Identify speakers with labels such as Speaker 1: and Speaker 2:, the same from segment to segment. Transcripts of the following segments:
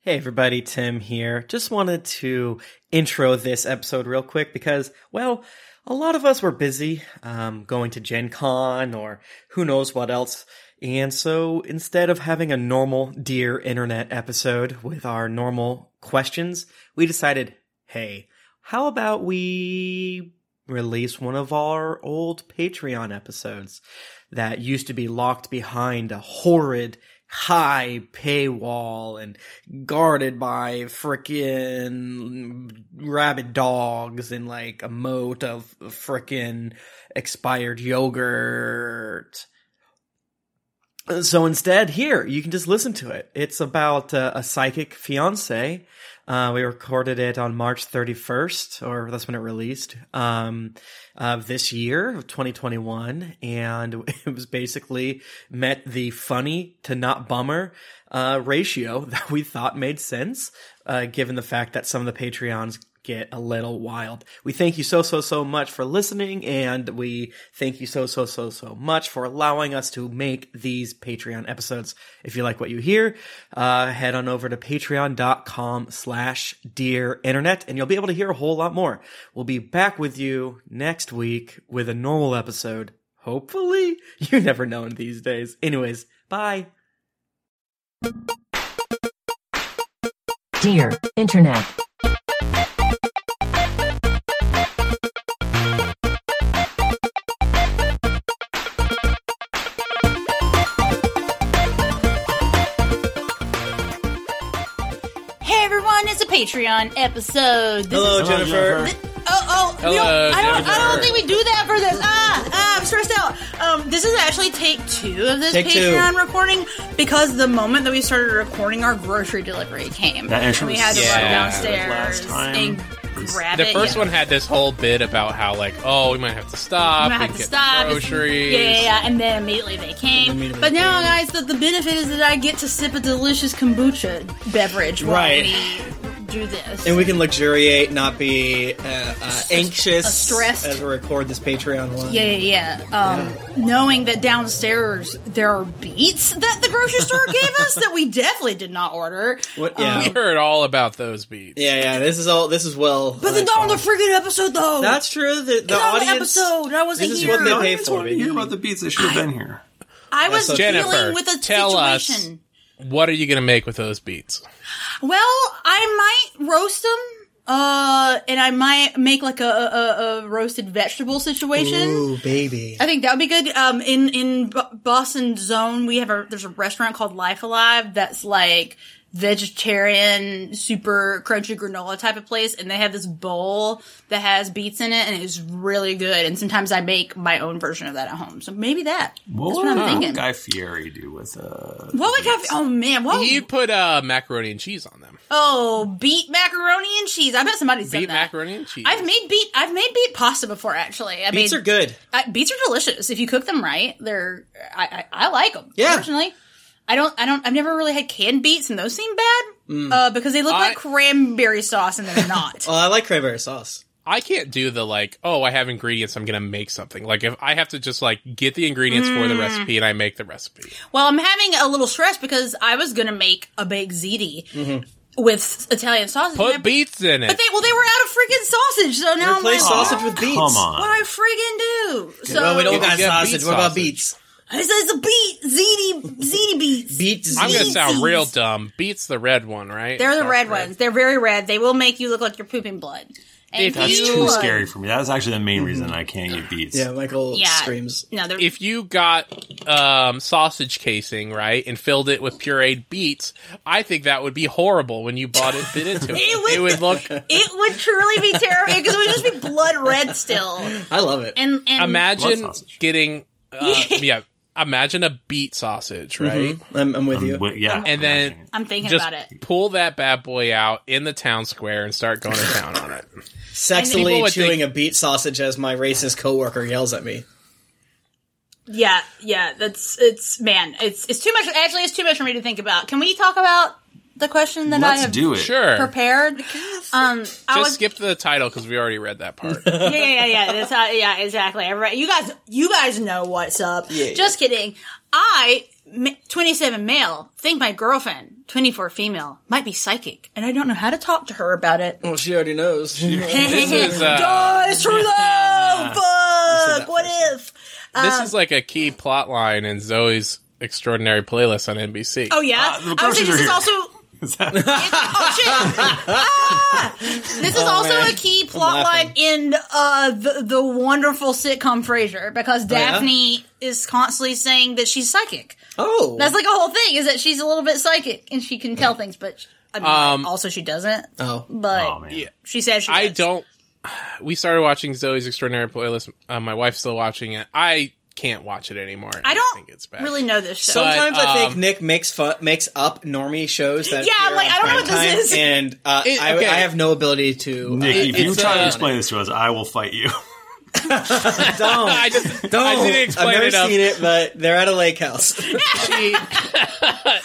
Speaker 1: Hey everybody, Tim here. Just wanted to intro this episode real quick because, well, a lot of us were busy um, going to Gen Con or who knows what else. And so instead of having a normal Dear Internet episode with our normal questions, we decided, hey, how about we release one of our old Patreon episodes that used to be locked behind a horrid high paywall and guarded by frickin' rabid dogs and like a moat of frickin' expired yogurt. So instead, here, you can just listen to it. It's about uh, a psychic fiance. Uh, we recorded it on March 31st, or that's when it released, um, of this year, of 2021. And it was basically met the funny to not bummer, uh, ratio that we thought made sense, uh, given the fact that some of the Patreons get a little wild. We thank you so, so, so much for listening, and we thank you so, so, so, so much for allowing us to make these Patreon episodes. If you like what you hear, uh, head on over to patreon.com slash dear internet, and you'll be able to hear a whole lot more. We'll be back with you next week with a normal episode. Hopefully, you never know in these days. Anyways, bye.
Speaker 2: Dear Internet.
Speaker 3: Hey everyone, it's a Patreon episode. This
Speaker 1: Hello,
Speaker 3: is-
Speaker 1: Jennifer.
Speaker 3: Oh, oh, we
Speaker 4: Hello,
Speaker 3: don't, I don't, I
Speaker 4: Jennifer.
Speaker 3: don't think we do that for this. Ah, ah, I'm stressed out. Um, this is actually take two of this
Speaker 1: Take two.
Speaker 3: Patreon recording because the moment that we started recording, our grocery delivery came.
Speaker 5: That
Speaker 3: and
Speaker 5: intro
Speaker 3: we
Speaker 5: was
Speaker 3: had to run
Speaker 4: Yeah.
Speaker 3: downstairs
Speaker 5: last time.
Speaker 3: and grab
Speaker 4: The
Speaker 3: it.
Speaker 4: first
Speaker 3: yeah.
Speaker 4: one had this whole bit about how like, oh, we might have to stop,
Speaker 3: I'm gonna
Speaker 4: and
Speaker 3: have to
Speaker 4: get
Speaker 3: stop.
Speaker 4: groceries.
Speaker 3: Yeah, yeah, yeah, and then immediately they came.
Speaker 1: Immediately
Speaker 3: but
Speaker 1: they
Speaker 3: now,
Speaker 1: came.
Speaker 3: guys, the, the benefit is that I get to sip a delicious kombucha beverage while
Speaker 1: Right.
Speaker 3: we do this.
Speaker 1: And we can luxuriate, not be uh, uh, anxious,
Speaker 3: uh, stressed.
Speaker 1: as we record this Patreon one.
Speaker 3: Yeah, yeah, yeah. Um, Knowing that downstairs there are beets that the grocery store gave us that we definitely did not order.
Speaker 1: What?
Speaker 3: Um,
Speaker 1: Yeah.
Speaker 4: We heard all about those beats.
Speaker 1: yeah, yeah. This is all. This is well.
Speaker 3: but then
Speaker 1: uh,
Speaker 3: not on the
Speaker 1: tried.
Speaker 3: freaking episode, though.
Speaker 1: That's true. The, the
Speaker 3: Not on the
Speaker 1: audience.
Speaker 3: episode. I wasn't
Speaker 1: this is
Speaker 3: here.
Speaker 1: what they
Speaker 3: No,
Speaker 1: pay
Speaker 5: That's
Speaker 1: for.
Speaker 5: why we hear
Speaker 1: baby.
Speaker 5: about the beats. They should have been here.
Speaker 3: I was
Speaker 1: That's okay.
Speaker 3: dealing
Speaker 4: Jennifer,
Speaker 3: with a
Speaker 4: tell us.
Speaker 3: situation.
Speaker 4: What are you gonna make with those beats?
Speaker 3: Well, I might roast them. Uh, and I might make like a, a, a roasted vegetable situation.
Speaker 1: Ooh, baby.
Speaker 3: I think that would be good. Um, in in B- Boston zone, we have a there's a restaurant called Life Alive that's like vegetarian, super crunchy granola type of place, and they have this bowl that has beets in it, and it's really good. And sometimes I make my own version of that at home, so maybe that.
Speaker 5: What
Speaker 3: That's what I'm thinking.
Speaker 5: Guy Fieri do with uh?
Speaker 3: What would have? Oh man, what?
Speaker 4: You put uh, macaroni and cheese on them.
Speaker 3: oh, beet macaroni and cheese. I bet somebody's
Speaker 4: Beat
Speaker 3: done that.
Speaker 4: macaroni and cheese.
Speaker 3: I've made beet. I've made beet pasta before, actually. I
Speaker 1: Beats
Speaker 3: made,
Speaker 1: are good.
Speaker 3: I, beets are delicious if you cook them right. They're I I, I like them
Speaker 1: Yeah.
Speaker 3: personally. I don't I don't I've never really had canned beets and those seem bad
Speaker 1: Mm.
Speaker 3: uh, because they look
Speaker 4: I-
Speaker 3: like cranberry sauce and they're not.
Speaker 1: Oh, I like cranberry sauce.
Speaker 4: I can't do the like, oh, I have ingredients, I'm gonna make something. Like if I have to just like get the ingredients for
Speaker 3: Mm.
Speaker 4: the recipe and I make the recipe.
Speaker 3: well, I'm having a little stress because I was gonna make a baked ziti
Speaker 1: Mm-hmm.
Speaker 3: with Italian sausage. and I-
Speaker 4: Put beets in it.
Speaker 3: But they well they were out of freaking sausage, so now I'm
Speaker 1: Replace
Speaker 3: like,
Speaker 1: sausage with beets.
Speaker 5: Come on.
Speaker 3: what do I friggin' do? So
Speaker 1: Well, we don't got
Speaker 4: You got
Speaker 1: sausage.
Speaker 4: beet
Speaker 1: What about
Speaker 4: sausage.
Speaker 1: beets?
Speaker 3: it's, it's a beet ziti ziti beets.
Speaker 1: Beets.
Speaker 4: I'm gonna
Speaker 3: beets.
Speaker 4: sound real dumb. Beets the red one, right?
Speaker 3: They're the
Speaker 4: Dark
Speaker 3: red ones. They're very red. They will make you look like you're pooping blood. And
Speaker 4: If
Speaker 5: That's
Speaker 4: you-
Speaker 5: too
Speaker 3: are-
Speaker 5: scary for me. That's actually the main reason I can't eat beats.
Speaker 1: Yeah, Michael
Speaker 3: Yeah.
Speaker 1: screams.
Speaker 3: No, they're
Speaker 4: if you got um, sausage casing right and filled it with pureed beets, I think that would be horrible when you bought it bit into it.
Speaker 3: It would-
Speaker 4: it would look.
Speaker 3: It would truly be terrifying because it would just be blood red still.
Speaker 1: I love it.
Speaker 3: And and
Speaker 4: Imagine
Speaker 5: Blood sausage.
Speaker 4: getting uh, yeah. Imagine a beet sausage, right?
Speaker 1: Mm-hmm. I'm, I'm with you.
Speaker 5: Um, but yeah.
Speaker 4: And then
Speaker 3: I'm thinking
Speaker 4: just
Speaker 3: Mm-hmm. about it.
Speaker 4: pull that bad boy out in the town square and start going to town on it. people
Speaker 1: Sexily
Speaker 4: would
Speaker 1: chewing
Speaker 4: think-
Speaker 1: a beet sausage as my racist coworker yells at me.
Speaker 3: Yeah, yeah. That's it's man. It's it's too much. Actually, it's too much for me to think about. Can we talk about the question that I
Speaker 5: let's
Speaker 3: have
Speaker 5: do it.
Speaker 4: Sure,
Speaker 3: prepared? Um, I
Speaker 4: just
Speaker 3: was
Speaker 4: skip to the title because we already read that part.
Speaker 3: yeah, yeah, yeah, yeah. That's how, yeah, exactly. Everybody, you guys, you guys know what's up.
Speaker 1: Yeah,
Speaker 3: Just kidding. I ma- 27 male, think my girlfriend, 24 female, might be psychic. And I don't know how to talk to her about it.
Speaker 1: Well, she already knows.
Speaker 4: Mm. This is uh,
Speaker 3: oh, it's true love! Fuck! What if? Um,
Speaker 4: this is like a key plot line in Zoe's extraordinary playlist on NBC.
Speaker 3: Oh, yeah?
Speaker 5: Ah, the
Speaker 3: I would say
Speaker 5: groceries
Speaker 3: this
Speaker 5: are
Speaker 3: is
Speaker 5: here.
Speaker 3: also
Speaker 5: Is that-
Speaker 3: oh shit! Ah! This
Speaker 4: Oh,
Speaker 3: is also a key plot
Speaker 6: laughing.
Speaker 3: line in uh, the the wonderful sitcom Frasier because
Speaker 4: Oh,
Speaker 6: yeah?
Speaker 3: Daphne is constantly saying that she's psychic.
Speaker 1: Oh,
Speaker 3: That's like a whole thing is that she's a little bit psychic and she can tell things, but I mean, also she doesn't.
Speaker 1: oh,
Speaker 3: But
Speaker 5: oh man.
Speaker 3: she says she.
Speaker 4: Um, I
Speaker 3: does.
Speaker 4: don't. We started watching Zoe's Extraordinary Playlist. Uh, my wife's still watching it. I can't watch it anymore.
Speaker 3: I don't
Speaker 4: think it's bad.
Speaker 3: really know this show.
Speaker 1: Sometimes I think
Speaker 4: um,
Speaker 1: Nick makes fu- makes up normie shows that
Speaker 3: Yeah,
Speaker 1: appear
Speaker 3: like,
Speaker 1: on
Speaker 3: I don't know what this
Speaker 1: primetime,
Speaker 3: is.
Speaker 1: and uh,
Speaker 4: It-
Speaker 1: I,
Speaker 4: okay.
Speaker 1: I have no ability to.
Speaker 5: Nick, if you
Speaker 4: it's,
Speaker 5: try to
Speaker 4: uh,
Speaker 5: explain this to us, I will fight you.
Speaker 1: don't,
Speaker 4: I just
Speaker 1: don't.
Speaker 4: I didn't
Speaker 1: have
Speaker 4: explain
Speaker 1: Oh, never
Speaker 4: it enough.
Speaker 1: seen it, but they're at a lake house.
Speaker 4: she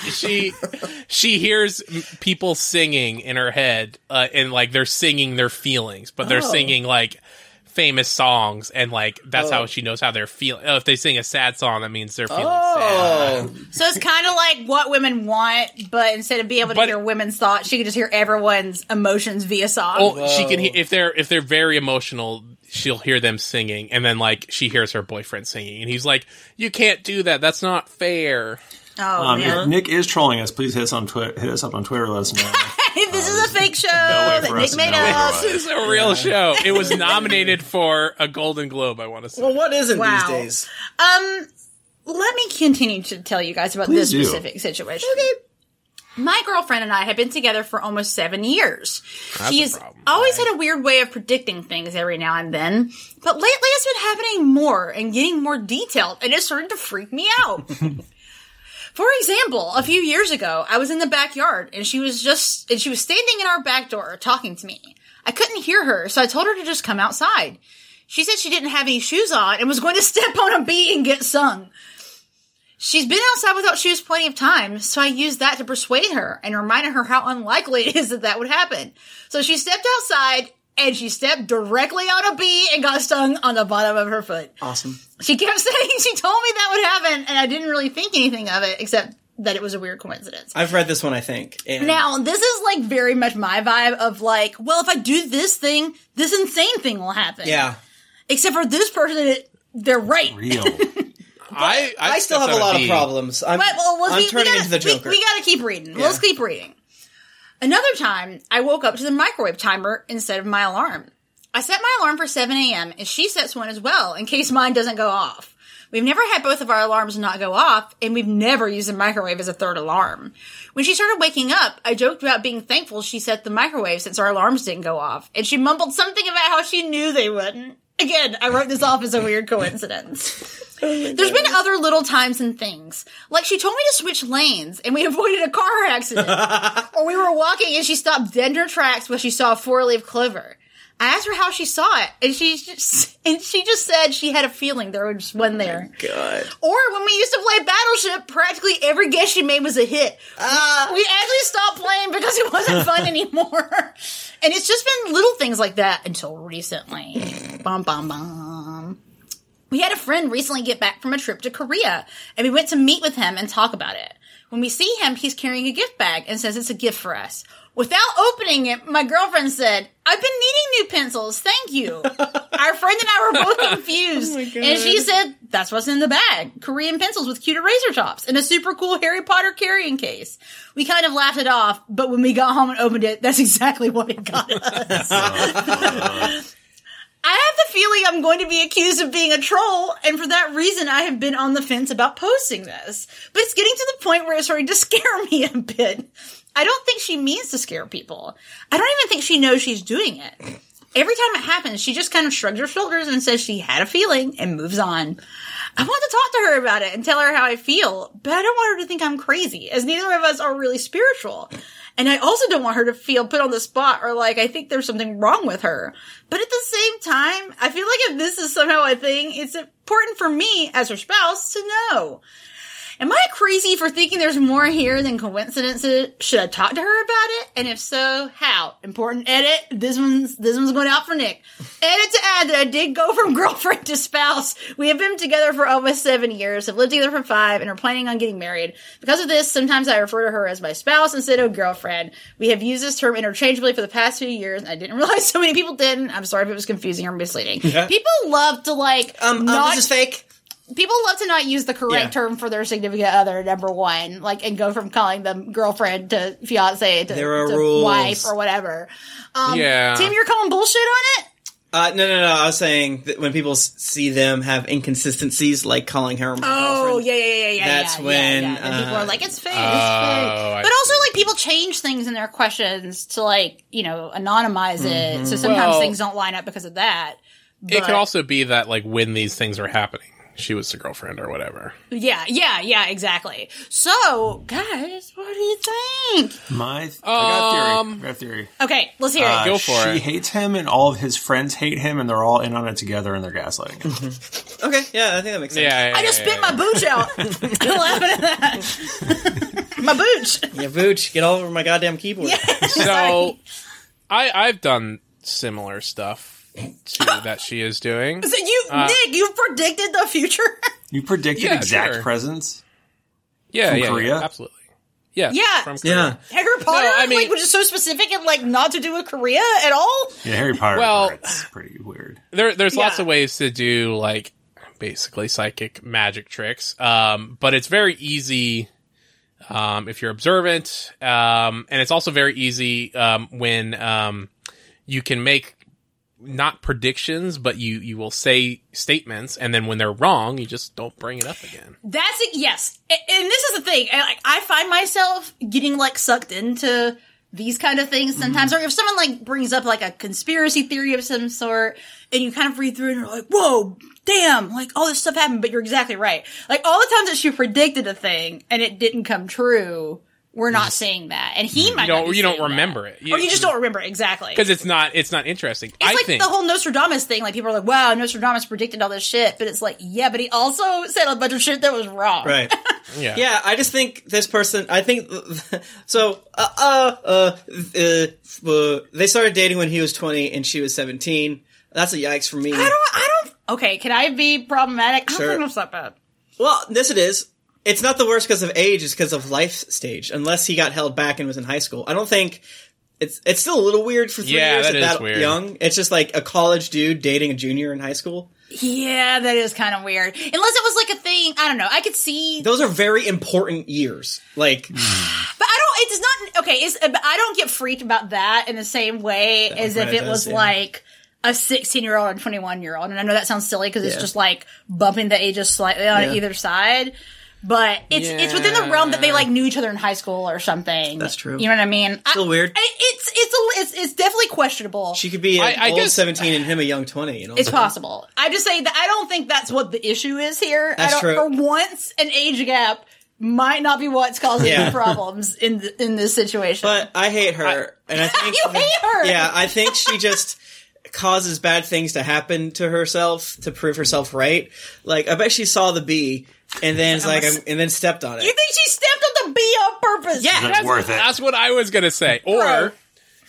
Speaker 4: she she hears m- people singing in her head uh, and like they're singing their feelings but they're
Speaker 1: Oh.
Speaker 4: singing like famous songs and like that's
Speaker 1: Oh.
Speaker 4: how she knows how they're feeling oh, if they sing a sad song that means they're feeling sad
Speaker 1: oh,
Speaker 3: so it's kind of like what women want, but instead of being able to
Speaker 4: But-
Speaker 3: hear women's thoughts, she can just hear everyone's emotions via song.
Speaker 4: oh she can hear if they're if they're very emotional she'll hear them singing and then like she hears her boyfriend singing and he's like you can't do that that's not fair
Speaker 3: Oh,
Speaker 5: Um,
Speaker 3: man.
Speaker 5: If Nick is trolling us, please hit us on Twitter. Hit us up on Twitter. Let us know.
Speaker 3: If this is a fake show
Speaker 5: Um, way
Speaker 3: that
Speaker 5: for us
Speaker 3: Nick made
Speaker 5: to know
Speaker 3: up.
Speaker 5: otherwise.
Speaker 4: it's a real show it was nominated for a golden globe i want to say
Speaker 1: well, what isn't these
Speaker 3: Wow.
Speaker 1: days?
Speaker 3: Um, let me continue to tell you guys about this
Speaker 5: Please do.
Speaker 3: specific situation. My girlfriend and I have been together for almost seven years. she
Speaker 4: a
Speaker 3: has
Speaker 4: problem,
Speaker 3: always had a weird way of predicting things every now and then, but lately it's been happening more and getting more detailed, and it's started to freak me out. For example, a few years ago, I was in the backyard and she was just, and she was standing in our back door talking to me. I couldn't hear her, so I told her to just come outside. She said she didn't have any shoes on and was going to step on a beat and get sung. She's been outside without shoes plenty of times, so I used that to persuade her and reminded her how unlikely it is that that would happen. So she stepped outside and she stepped directly on a bee and got stung on the bottom of her foot.
Speaker 1: Awesome.
Speaker 3: She kept saying she told me that would happen, and I didn't really think anything of it except that it was a weird coincidence.
Speaker 1: I've read this one, I think. And
Speaker 3: Now, this is like very much my vibe of like, well, if I do this thing, this insane thing will happen.
Speaker 1: yeah,
Speaker 3: Except for this person, they're right.
Speaker 5: Real.
Speaker 4: I,
Speaker 1: I still have a lot of
Speaker 4: problems.
Speaker 1: problems. I'm,
Speaker 3: But well, let's
Speaker 1: I'm
Speaker 3: we, we
Speaker 1: turning
Speaker 3: gotta,
Speaker 1: into the
Speaker 3: we-
Speaker 1: Joker.
Speaker 3: We, gotta keep reading. Let's keep reading. Another time, I woke up to the microwave timer instead of my alarm. I set my alarm for 7 a.m. and she sets one as well in case mine doesn't go off. We've never had both of our alarms not go off, and we've never used the microwave as a third alarm. When she started waking up, I joked about being thankful she set the microwave since our alarms didn't go off, and she mumbled something about how she knew they wouldn't. Again, I wrote this off as a weird coincidence. There's been other little times and things. Like she told me to switch lanes and we avoided a car accident. or we were walking and she stopped dead in her tracks when she saw a four leaf clover. I asked her how she saw it and she just, and she just said she had a feeling there was one there.
Speaker 1: God.
Speaker 3: Or when we used to play Battleship, practically every guess she made was a hit. we actually stopped playing because it wasn't fun anymore. And it's just been little things like that until recently. bum bum bum. We had a friend recently get back from a trip to Korea, and we went to meet with him and talk about it. When we see him, he's carrying a gift bag and says it's a gift for us. Without opening it, my girlfriend said, I've been needing new pencils, thank you. Our friend and I were both confused. and she said, That's what's in the bag Korean pencils with cute eraser tops and a super cool Harry Potter carrying case. We kind of laughed it off, but when we got home and opened it, that's exactly what it got us. I have the feeling I'm going to be accused of being a troll, and for that reason, I have been on the fence about posting this. But it's getting to the point where it's starting to scare me a bit. I don't think she means to scare people. I don't even think she knows she's doing it. Every time it happens, she just kind of shrugs her shoulders and says she had a feeling and moves on. I want to talk to her about it and tell her how I feel, but I don't want her to think I'm crazy, as neither of us are really spiritual. And I also don't want her to feel put on the spot or like I think there's something wrong with her. But at the same time, I feel like if this is somehow a thing, it's important for me as her spouse to know. Am I crazy for thinking there's more here than coincidences? Should I talk to her about it? And if so, how? Important edit. This one's this one's going out for Nick. Edit to add that I did go from girlfriend to spouse. We have been together for almost seven years, have lived together for five, and are planning on getting married. Because of this, sometimes I refer to her as my spouse instead of girlfriend. We have used this term interchangeably for the past few years, and I didn't realize so many people didn't. I'm sorry if it was confusing or misleading. People love to like
Speaker 1: Um, um,
Speaker 3: not
Speaker 1: this is fake.
Speaker 3: people love to not use the correct
Speaker 1: Yeah.
Speaker 3: term for their significant other number one like and go from calling them girlfriend to fiance to,
Speaker 1: There are
Speaker 3: to
Speaker 1: rules.
Speaker 3: wife or whatever um,
Speaker 4: Yeah.
Speaker 3: tim you're calling bullshit on it
Speaker 1: Uh, no, no, no. I was saying that when people s- see them have inconsistencies, like calling her my
Speaker 3: oh
Speaker 1: girlfriend.
Speaker 3: yeah yeah yeah yeah
Speaker 1: That's
Speaker 3: yeah,
Speaker 1: when,
Speaker 3: yeah, yeah. And people
Speaker 1: uh,
Speaker 3: are like it's fake, it's
Speaker 4: Oh, I
Speaker 3: fake. but also like people change things in their questions to like you know anonymize
Speaker 1: Mm-hmm.
Speaker 3: it so sometimes
Speaker 4: Well-
Speaker 3: things don't line up because of that
Speaker 4: It could
Speaker 3: But-
Speaker 4: also be that like when these things were happening, she was the girlfriend or whatever.
Speaker 3: yeah yeah yeah exactly so guys what do you think
Speaker 5: My th- I got a theory.
Speaker 4: Um,
Speaker 5: I got a theory.
Speaker 3: okay let's hear
Speaker 1: Uh,
Speaker 3: it
Speaker 4: Go for
Speaker 5: she
Speaker 4: it.
Speaker 5: hates him, and all of his friends hate him, and they're all in on it together, and they're gaslighting. him.
Speaker 1: Okay, yeah, I think that makes sense.
Speaker 4: Yeah,
Speaker 3: I just spit my booch out. I'm laughing at that. my booch.
Speaker 1: Yeah, Vooch, get all over my goddamn keyboard.
Speaker 4: Uh, So I I've done similar stuff to that she is doing.
Speaker 3: So you, Nick, you predicted the future.
Speaker 5: You predicted
Speaker 4: Yeah,
Speaker 5: exact
Speaker 4: sure.
Speaker 5: presents.
Speaker 4: Yeah, yeah,
Speaker 5: Korea?
Speaker 4: yeah, absolutely. Yeah,
Speaker 3: Yeah.
Speaker 4: from Korea.
Speaker 1: Yeah.
Speaker 3: Harry Potter,
Speaker 4: I mean-
Speaker 3: like, which is so specific and like not to do with Korea at all.
Speaker 5: Yeah, Harry Potter.
Speaker 4: Well-
Speaker 5: it's pretty weird.
Speaker 4: There, there's lots
Speaker 3: Yeah.
Speaker 4: of ways to do like basically psychic magic tricks, um, but it's very easy um, if you're observant, um, and it's also very easy um, when um, you can make not predictions, but you you will say statements, and then when they're wrong, you just don't bring it up again.
Speaker 3: That's it. Yes, A- and this is the thing. I, like, I find myself getting like sucked into these kind of things sometimes,
Speaker 4: Mm-hmm.
Speaker 3: or if someone like brings up like a conspiracy theory of some sort, and you kind of read through it and you're like, "Whoa, damn!" Like all this stuff happened, but you're exactly right. Like all the times that she predicted a thing and it didn't come true, we're not seeing that, and he might
Speaker 4: You
Speaker 3: not
Speaker 4: don't
Speaker 3: be
Speaker 4: you don't
Speaker 3: seeing that.
Speaker 4: remember it,
Speaker 3: or you just don't remember it, exactly
Speaker 4: because it's not it's not interesting.
Speaker 3: it's
Speaker 4: I
Speaker 3: like
Speaker 4: think
Speaker 3: the whole Nostradamus thing. Like people are like, "Wow, Nostradamus predicted all this shit," but it's like, yeah, but he also said a bunch of shit that was wrong.
Speaker 1: Right.
Speaker 4: yeah.
Speaker 1: Yeah, I just think this person. I think so. Uh, uh, uh, uh, uh, they started dating when he was twenty and she was seventeen. That's a yikes for me.
Speaker 3: I don't. I don't. Okay, can I be problematic? I don't
Speaker 1: Sure.
Speaker 3: think that's that bad.
Speaker 1: Well, this it is. It's not the worst because of age; it's because of life stage. Unless he got held back and was in high school, I don't think it's. It's still a little weird for three
Speaker 4: Yeah,
Speaker 1: years
Speaker 4: that
Speaker 1: at
Speaker 4: is
Speaker 1: that
Speaker 4: weird.
Speaker 1: young. It's just like a college dude dating a junior in high school.
Speaker 3: Yeah, that is kind of weird. Unless it was like a thing. I don't know. I could see,
Speaker 1: Those are very important years. Like,
Speaker 4: Hmm.
Speaker 3: but I don't. It's not okay. It's. uh, but I don't get freaked about that in the same way as if
Speaker 1: kinda
Speaker 3: it was
Speaker 1: does, yeah.
Speaker 3: like a sixteen-year-old and twenty-one-year-old. And I know that sounds silly because it's
Speaker 1: Yeah.
Speaker 3: just like bumping the ages slightly on
Speaker 1: Yeah.
Speaker 3: either side. But it's it's within the realm that they like knew each other in high school or something.
Speaker 1: That's true.
Speaker 3: You know what I mean?
Speaker 1: Still
Speaker 3: I-
Speaker 1: weird.
Speaker 3: I, it's it's a, it's it's definitely questionable.
Speaker 1: she could be an
Speaker 4: I- I
Speaker 1: old
Speaker 4: guess-
Speaker 1: seventeen and him a young twenty. You know,
Speaker 3: It's possible. I just say that I don't think that's what the issue is here.
Speaker 1: That's
Speaker 3: I don't,
Speaker 1: true.
Speaker 3: For once, an age gap might not be what's causing
Speaker 1: Yeah.
Speaker 3: the problems in th- in this situation.
Speaker 1: But I hate her, and I think
Speaker 3: You hate her!
Speaker 1: Yeah, I think she just causes bad things to happen to herself to prove herself right. Like I bet she saw the bee and then it's like,
Speaker 3: must-
Speaker 1: I'm- and then stepped on it.
Speaker 3: you think she stepped on the bee on purpose?
Speaker 1: Yeah.
Speaker 5: Is it worth it?
Speaker 4: That's what I was gonna say.
Speaker 3: Bro.
Speaker 4: Or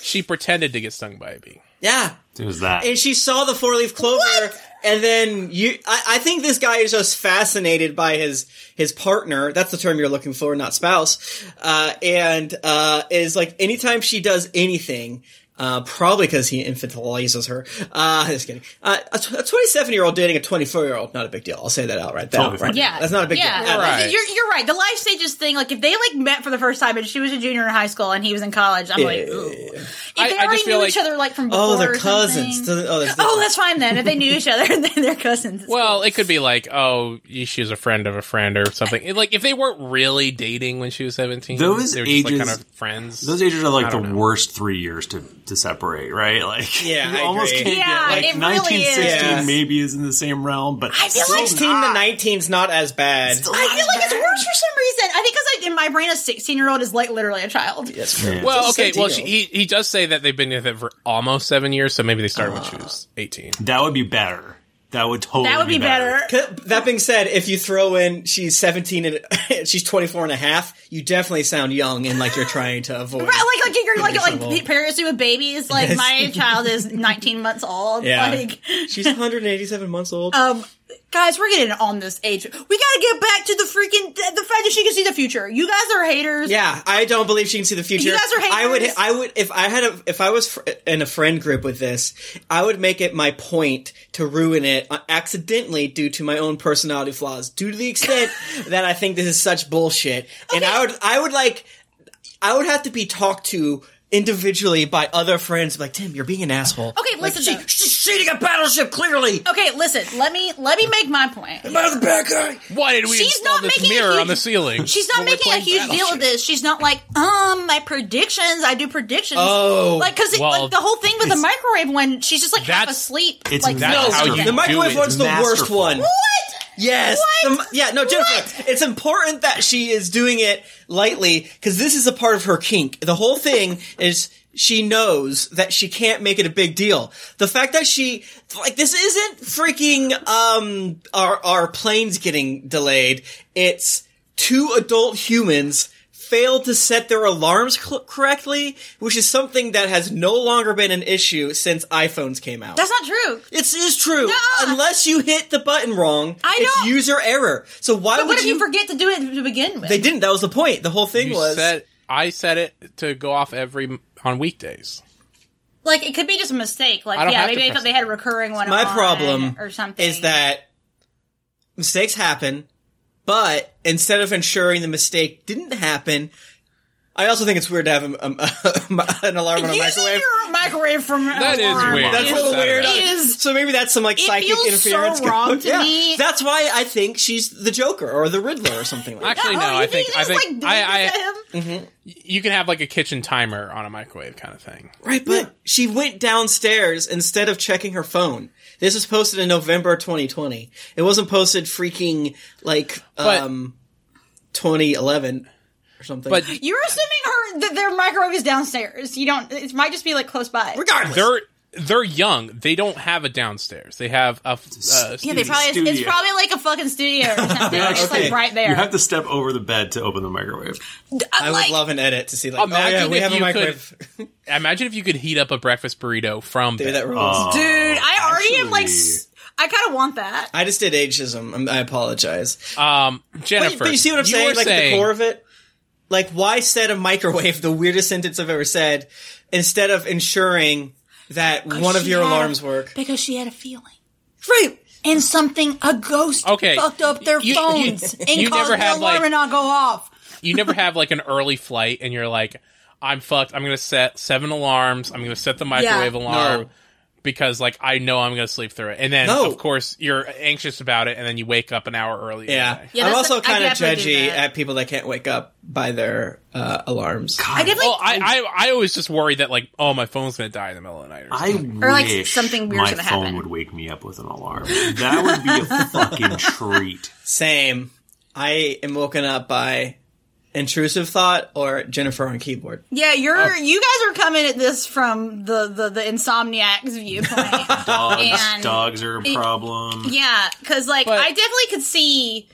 Speaker 4: she pretended to get stung by a bee.
Speaker 1: yeah,
Speaker 5: It was that.
Speaker 1: and she saw the four leaf clover, and then you. I, I think this guy is just fascinated by his his partner. That's the term you're looking for, not spouse. Uh, and uh, is like anytime she does anything. Uh, probably because he infantilizes her. Uh, just kidding. Uh, a tw- a 27 year old dating a 24 year old, not a big deal. I'll say that out right there.
Speaker 5: Totally fine.
Speaker 3: Yeah,
Speaker 1: That's not a big
Speaker 3: yeah.
Speaker 1: deal. at all.
Speaker 4: Right.
Speaker 3: You're you're right. The life stages thing, like if they like met for the first time and she was a junior in high school and he was in college, I'm like, ooh. If they
Speaker 4: I- I just
Speaker 3: already knew
Speaker 4: feel like-
Speaker 3: each other like from before,
Speaker 1: Oh, they're
Speaker 3: or something-
Speaker 1: cousins. Doesn't- Oh, that's,
Speaker 3: Oh, that's fine then. If they knew each other, then they're cousins.
Speaker 4: Well, it could be like, oh, she's a friend of a friend or something. It- Like if they weren't really dating when she was seventeen,
Speaker 5: Those
Speaker 4: they were just like
Speaker 5: ages-
Speaker 4: kind of friends.
Speaker 5: Those ages are like the
Speaker 4: don't know.
Speaker 5: worst three years to, to separate, right? Like,
Speaker 1: Yeah,
Speaker 5: you
Speaker 1: I
Speaker 5: almost
Speaker 1: agree.
Speaker 5: can't
Speaker 3: Yeah,
Speaker 5: get like
Speaker 3: it really is.
Speaker 5: 1916
Speaker 1: Yeah.
Speaker 5: maybe is in the same realm, but
Speaker 3: I feel like-
Speaker 1: 16 to 19's not as bad.
Speaker 3: I feel like it's worse for some reason. I think because in my brain, a sixteen-year-old is like literally a child.
Speaker 1: That's true.
Speaker 5: Yeah.
Speaker 4: well,
Speaker 1: It's a
Speaker 4: okay. Well, she,
Speaker 1: deal.
Speaker 4: he he
Speaker 5: Ah.
Speaker 4: does say that they've been with it for almost seven years, so maybe they started when she was eighteen.
Speaker 5: that would be better. That would totally
Speaker 3: That would be better.
Speaker 1: That being said, if you throw in she's 17 and she's 24 and a half, you definitely sound young and like you're trying to avoid.
Speaker 3: Right, like like you're like
Speaker 1: Reasonable.
Speaker 3: like parents do with babies. Like my child is 19 months old.
Speaker 1: Yeah.
Speaker 3: Like,
Speaker 1: She's 187 months old.
Speaker 3: um, guys, we're getting on this age. We gotta get back to the freaking the fact that she can see the future. You guys are haters.
Speaker 1: yeah, I don't believe she can see the future.
Speaker 3: You guys are
Speaker 1: I would,
Speaker 3: haters.
Speaker 1: I would, if I had a, if I was fr- in a friend group with this, I would make it my point to ruin it accidentally due to my own personality flaws, due to the extent that I think this is such bullshit. And I would, I would like, I would have to be talked to individually by other friends, like Tim, you're being an asshole.
Speaker 3: Okay, listen. though.
Speaker 1: she's shooting a battleship clearly.
Speaker 3: okay, listen. Let me let me make my point.
Speaker 1: Am I the bad guy?
Speaker 4: Why did we
Speaker 3: She's
Speaker 4: install
Speaker 3: not
Speaker 4: this
Speaker 3: making a
Speaker 4: mirror on
Speaker 3: huge-
Speaker 4: the ceiling?
Speaker 3: She's not making a
Speaker 1: playing
Speaker 3: huge deal of this. She's not like, um, my predictions. I do predictions.
Speaker 1: Oh.
Speaker 3: like because
Speaker 4: Well,
Speaker 3: like the whole thing with the microwave one, she's just like half
Speaker 4: that's-
Speaker 3: asleep.
Speaker 5: It's
Speaker 3: like
Speaker 5: that's
Speaker 3: no,
Speaker 5: how
Speaker 3: okay.
Speaker 5: you
Speaker 1: The microwave
Speaker 4: Dude,
Speaker 1: one's the worst
Speaker 5: masterful.
Speaker 1: one.
Speaker 3: What?
Speaker 1: Yes. The
Speaker 3: What?
Speaker 1: mi- yeah, no, Jennifer, it's important that she is doing it lightly because this is a part of her kink. The whole thing is she knows that she can't make it a big deal. The fact that she, like, this isn't freaking, um, our, our planes getting delayed. It's two adult humans failed to set their alarms cl- correctly, which is something that has no longer been an issue since iPhones came out.
Speaker 3: That's not true.
Speaker 1: It's is true.
Speaker 3: No.
Speaker 1: Unless you hit the button wrong,
Speaker 3: I
Speaker 1: it's
Speaker 3: know.
Speaker 1: user error. So why
Speaker 3: But
Speaker 1: would
Speaker 3: what if you forget to do it to begin with?
Speaker 1: They didn't. That was the point. The whole thing
Speaker 4: You
Speaker 1: was
Speaker 4: said- I set it to go off every on weekdays.
Speaker 3: Like it could be just a mistake. Like
Speaker 4: I don't
Speaker 3: yeah,
Speaker 4: have
Speaker 3: maybe
Speaker 4: to
Speaker 3: they
Speaker 4: press
Speaker 3: thought they had a recurring one.
Speaker 1: my
Speaker 3: on
Speaker 1: problem
Speaker 3: or something
Speaker 1: is that mistakes happen, but instead of ensuring the mistake didn't happen, I also think it's weird to have a, a- an alarm on a
Speaker 3: using
Speaker 1: microwave.
Speaker 3: your microwave from
Speaker 4: That is
Speaker 3: alarm
Speaker 4: weird.
Speaker 1: That's a little weird.
Speaker 3: It is-
Speaker 1: so maybe that's some like
Speaker 3: It
Speaker 1: psychic
Speaker 3: feels so
Speaker 1: interference. going-
Speaker 3: wrong to
Speaker 1: yeah.
Speaker 3: me.
Speaker 1: That's why I think she's the Joker or the Riddler or something like that.
Speaker 4: Actually,
Speaker 3: Oh,
Speaker 4: no.
Speaker 3: you
Speaker 4: I think
Speaker 3: you
Speaker 4: I
Speaker 3: just,
Speaker 4: think
Speaker 3: like,
Speaker 4: I,
Speaker 3: did
Speaker 4: I
Speaker 3: it to him?
Speaker 4: you can have like a kitchen timer on a microwave kind of thing.
Speaker 1: Right, but she went downstairs instead of checking her phone. This was posted in November 2020. It wasn't posted freaking like
Speaker 4: But-
Speaker 1: um 2011 or something.
Speaker 4: But
Speaker 3: You're assuming her that their microwave is downstairs. You don't. It might just be like close by.
Speaker 1: regardless,
Speaker 4: they're they're young. They don't have a downstairs. They have a. f- Uh,
Speaker 3: yeah, they probably it's, it's
Speaker 5: Studio.
Speaker 3: probably like a fucking studio or something. It's just
Speaker 1: okay.
Speaker 3: like right there.
Speaker 5: You have to step over the bed to open the microwave.
Speaker 1: I would
Speaker 3: like-
Speaker 1: love an edit to see like, oh
Speaker 4: Imagine
Speaker 1: yeah, we
Speaker 4: if
Speaker 1: have a
Speaker 4: you could-
Speaker 1: microwave.
Speaker 4: imagine if you could heat up a breakfast burrito from
Speaker 1: Dude,
Speaker 4: bed.
Speaker 1: that rules.
Speaker 3: Dude, I already am like.
Speaker 5: actually-
Speaker 3: s- I kind of want that.
Speaker 1: I just did ageism. I'm- I apologize.
Speaker 4: Um, Jennifer,
Speaker 1: But, but you see what I'm
Speaker 4: were
Speaker 1: saying? Like
Speaker 4: saying-
Speaker 1: the core of it. Like why said a microwave? The weirdest sentence I've ever said. Instead of ensuring that one of
Speaker 3: She
Speaker 1: your
Speaker 3: had-
Speaker 1: alarms work.
Speaker 3: because she had a feeling.
Speaker 1: Right.
Speaker 3: And something, a ghost
Speaker 4: Okay.
Speaker 3: fucked up their
Speaker 4: You- you-
Speaker 3: phones and
Speaker 4: you
Speaker 3: caused
Speaker 4: never
Speaker 3: their
Speaker 4: had,
Speaker 3: alarm
Speaker 4: like-
Speaker 3: to not go off.
Speaker 4: you never have like an early flight and you're like i'm fucked i'm gonna set seven alarms i'm gonna set the microwave
Speaker 3: Yeah.
Speaker 4: alarm
Speaker 1: No.
Speaker 4: because like i know i'm gonna sleep through it and then
Speaker 1: No.
Speaker 4: of course you're anxious about it and then you wake up an hour early
Speaker 1: Yeah.
Speaker 3: Yeah,
Speaker 1: I'm
Speaker 3: that's
Speaker 1: also
Speaker 3: like- I
Speaker 1: kind of
Speaker 3: definitely do
Speaker 1: judgy
Speaker 3: that.
Speaker 1: at people that can't wake up by their uh, alarms.
Speaker 3: I definitely
Speaker 4: well I, I i always just worry that like oh my phone's gonna die in the middle of the night or something.
Speaker 5: I
Speaker 3: like,
Speaker 5: wish
Speaker 3: something weird's
Speaker 5: my
Speaker 3: gonna
Speaker 5: phone
Speaker 3: happen.
Speaker 5: would wake me up with an alarm. That would be a fucking treat.
Speaker 1: Same. I am woken up by intrusive thought or Jennifer on keyboard.
Speaker 3: Yeah, you're you guys are coming at this from the the, the insomniac's viewpoint.
Speaker 5: Dogs,
Speaker 3: And-
Speaker 5: dogs are a problem.
Speaker 3: yeah, because like
Speaker 4: But-
Speaker 3: I definitely could see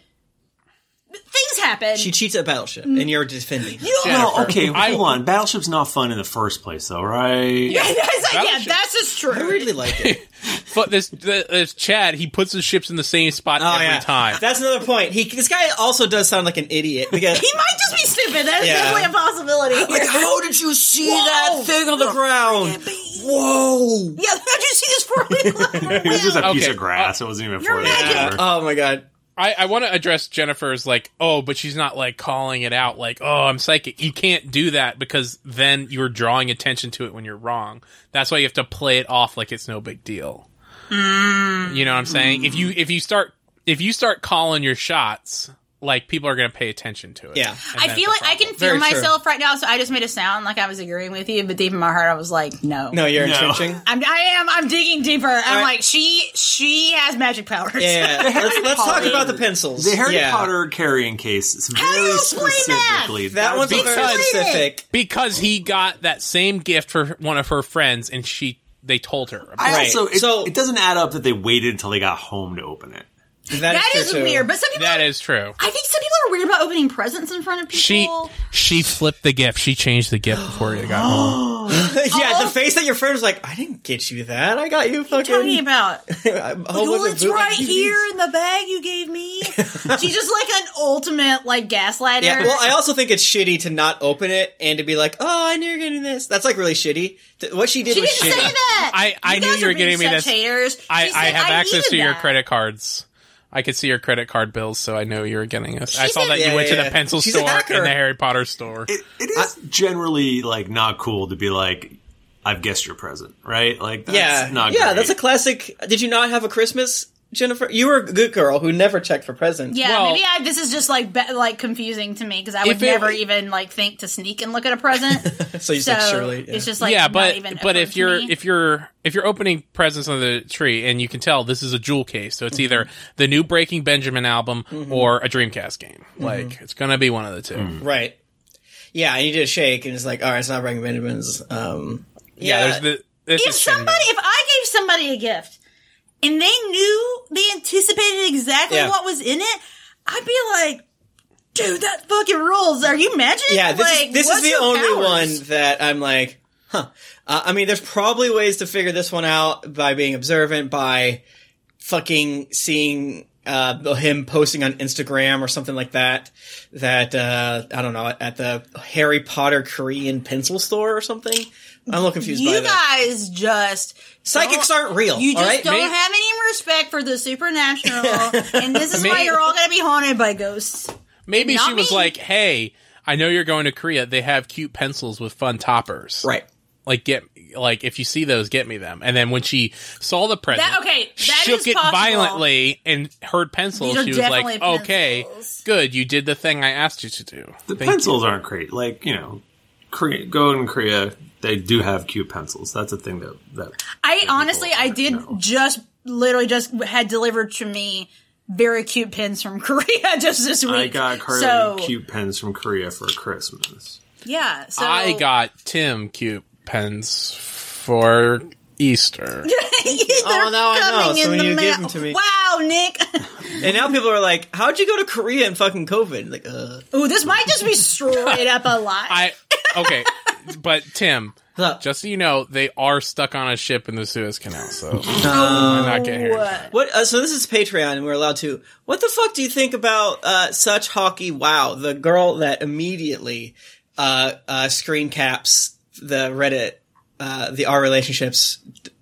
Speaker 3: things happen.
Speaker 1: She cheats at Battleship,
Speaker 3: Mm.
Speaker 1: and you're defending. her.
Speaker 5: Well, okay,
Speaker 4: I-
Speaker 5: hold on. Battleship's not fun in the first place, though, right?
Speaker 3: yeah, that's, yeah,
Speaker 4: Battleship.
Speaker 3: that's just
Speaker 1: I
Speaker 3: true.
Speaker 1: really like it.
Speaker 4: but this, the- this chad he puts his ships in the same spot every time
Speaker 1: Oh, That's another point. He this guy also does sound like an idiot because
Speaker 3: He might just be stupid. That is
Speaker 1: Yeah.
Speaker 3: definitely a possibility.
Speaker 1: like,
Speaker 3: here.
Speaker 1: how did you see
Speaker 3: Whoa!
Speaker 1: that thing on the ground? Whoa!
Speaker 3: yeah, how'd you see this formula?
Speaker 5: It was just a piece
Speaker 4: Okay.
Speaker 5: of grass. it wasn't even
Speaker 3: Your
Speaker 5: for
Speaker 3: magic-
Speaker 5: the
Speaker 1: Oh my god.
Speaker 4: I, I want to address Jennifer's like, oh, but she's not like calling it out, like, oh, I'm psychic. You can't do that because then you're drawing attention to it when you're wrong. That's why you have to play it off like it's no big deal. You know what I'm saying? If you if you start if you start calling your shots, like people are gonna pay attention to it.
Speaker 1: Yeah.
Speaker 4: And
Speaker 3: I
Speaker 4: that's
Speaker 3: feel
Speaker 4: a
Speaker 3: like I can
Speaker 1: Very
Speaker 3: feel
Speaker 1: true.
Speaker 3: myself right now, so I just made a sound like I was agreeing with you, but deep in my heart, I was like, no,
Speaker 1: No, you're
Speaker 5: No.
Speaker 1: entrenching.
Speaker 3: I'm, I am. I'm digging deeper. I'm
Speaker 1: right.
Speaker 3: like, she she has magic powers.
Speaker 1: Yeah. Let's, let's talk
Speaker 3: Potter.
Speaker 1: about the pencils.
Speaker 5: The Harry
Speaker 1: Yeah.
Speaker 5: Potter carrying case is
Speaker 3: do
Speaker 5: very
Speaker 3: you explain that?
Speaker 5: specifically.
Speaker 1: That one's
Speaker 5: was
Speaker 1: very
Speaker 4: Because-
Speaker 1: specific.
Speaker 4: because he got that same gift for one of her friends and she they told her. About.
Speaker 5: I
Speaker 1: Right.
Speaker 5: also it,
Speaker 1: So-
Speaker 5: it doesn't add up that they waited until they got home to open it.
Speaker 3: that
Speaker 1: true,
Speaker 3: is
Speaker 1: too.
Speaker 3: weird. But some people,
Speaker 4: that is true.
Speaker 3: I think some people are weird about opening presents in front of people.
Speaker 4: She she flipped the gift. She changed the gift before it got home.
Speaker 1: yeah, the face that your friend was like, I didn't get you that. I got you fucking.
Speaker 3: talking about?
Speaker 1: I'm a whole
Speaker 3: Well,
Speaker 1: bunch of
Speaker 3: it's
Speaker 1: bootleg
Speaker 3: right
Speaker 1: DVDs.
Speaker 3: here in the bag you gave me. She's just like an ultimate like gaslighter.
Speaker 1: Yeah. Well, I also think it's shitty to not open it and to be like, "Oh, I knew you were getting this." That's like really shitty. Th- What she did
Speaker 3: she
Speaker 1: was
Speaker 3: didn't
Speaker 1: shitty.
Speaker 3: say that.
Speaker 4: I- I
Speaker 3: You
Speaker 4: knew
Speaker 3: guys
Speaker 4: you were
Speaker 3: are being
Speaker 4: getting me
Speaker 3: such
Speaker 4: this.
Speaker 3: Haters. She
Speaker 4: I,
Speaker 3: said,
Speaker 4: I have access
Speaker 3: needed
Speaker 4: to your
Speaker 3: that."
Speaker 4: credit cards. I could see your credit card bills, so I know you were getting this. I
Speaker 3: She's
Speaker 4: saw
Speaker 3: a-
Speaker 4: that
Speaker 1: Yeah,
Speaker 4: you went
Speaker 1: yeah,
Speaker 4: to
Speaker 1: yeah.
Speaker 4: the pencil
Speaker 1: She's a
Speaker 4: store
Speaker 1: hacker.
Speaker 4: and the Harry Potter store.
Speaker 5: It, it is generally like not cool to be like, I've guessed your present, right? Like that's
Speaker 1: Yeah,
Speaker 5: not
Speaker 1: yeah,
Speaker 5: great.
Speaker 1: that's a classic. Did you not have a Christmas, Jennifer? You were a good girl who never checked for presents.
Speaker 3: Yeah,
Speaker 4: Well-
Speaker 3: maybe I, this is just like be- like confusing to me because I would
Speaker 4: If it-
Speaker 3: never even like think to sneak and look at a present.
Speaker 1: So you
Speaker 3: so
Speaker 1: said surely. yeah.
Speaker 3: it's just like
Speaker 4: yeah,
Speaker 3: not
Speaker 4: but
Speaker 3: even occurred
Speaker 4: but if
Speaker 3: to
Speaker 4: you're
Speaker 3: me.
Speaker 4: if you're if you're opening presents on the tree and you can tell this is a jewel case, so it's
Speaker 3: Mm-hmm.
Speaker 4: either the new Breaking Benjamin album or a Dreamcast game.
Speaker 3: Mm-hmm.
Speaker 4: Like it's gonna be one of the two.
Speaker 1: right. Yeah, and you did a shake, and it's like, all right, it's not Breaking Benjamin's. Um,
Speaker 4: Yeah, there's the. This
Speaker 3: if
Speaker 4: is Shin
Speaker 3: somebody if I gave somebody a gift and they knew they anticipated exactly
Speaker 1: Yeah.
Speaker 3: what was in it, I'd be like, dude, that fucking rules. Are you magic?
Speaker 1: yeah, this
Speaker 3: like,
Speaker 1: is, this is
Speaker 3: what's
Speaker 1: the
Speaker 3: your
Speaker 1: only
Speaker 3: powers?
Speaker 1: one that I'm like, huh. Uh, I mean, there's probably ways to figure this one out by being observant, by fucking seeing uh, him posting on Instagram or something like that. That uh, I don't know at the Harry Potter Korean pencil store or something. I'm a little confused by
Speaker 3: You
Speaker 1: that.
Speaker 3: guys just
Speaker 1: Psychics aren't real.
Speaker 3: you
Speaker 1: all
Speaker 3: just
Speaker 1: right?
Speaker 3: don't
Speaker 1: Maybe-
Speaker 3: have any respect for the supernatural, and this is why
Speaker 4: Maybe-
Speaker 3: you're all gonna be haunted by ghosts.
Speaker 4: Maybe
Speaker 3: Not
Speaker 4: she was
Speaker 3: me.
Speaker 4: like, "Hey, I know you're going to Korea. They have cute pencils with fun toppers.
Speaker 1: right.
Speaker 4: Like get like if you see those, get me them." And then when she saw the present,
Speaker 3: That- okay, that
Speaker 4: shook
Speaker 3: is
Speaker 4: it
Speaker 3: possible.
Speaker 4: violently and heard pencils.
Speaker 3: These are
Speaker 4: She was like,
Speaker 3: definitely
Speaker 4: "Okay,
Speaker 3: pencils.
Speaker 4: good. You did the thing I asked you to do."
Speaker 5: the
Speaker 4: Thank
Speaker 5: pencils aren't great. Like you know, Korea, go in Korea, they do have cute pencils. That's a thing that that
Speaker 3: I honestly, I
Speaker 5: don't
Speaker 3: did
Speaker 5: know.
Speaker 3: just literally just had delivered to me very cute pins from Korea just this week.
Speaker 5: I got Carly
Speaker 3: so,
Speaker 5: cute pens from Korea for Christmas.
Speaker 3: Yeah, so
Speaker 4: I got Tim cute pens for Easter.
Speaker 3: They're
Speaker 1: Oh, now I know,
Speaker 3: coming
Speaker 1: so
Speaker 3: in
Speaker 1: when
Speaker 3: the
Speaker 1: you
Speaker 3: mail.
Speaker 1: give them to me-
Speaker 3: Wow, Nick.
Speaker 1: And now people are like, "How'd you go to Korea in fucking COVID?" Like, uh,
Speaker 3: Ooh, this might just be straight up a lie.
Speaker 4: I okay, but Tim.
Speaker 1: huh.
Speaker 4: Just so you know, they are stuck on a ship in the Suez Canal, so why not get here.
Speaker 1: What? Uh, so this is Patreon, and we're allowed to. What the fuck do you think about uh, such hockey? Wow, the girl that immediately uh, uh, screen caps the Reddit, uh, the our relationships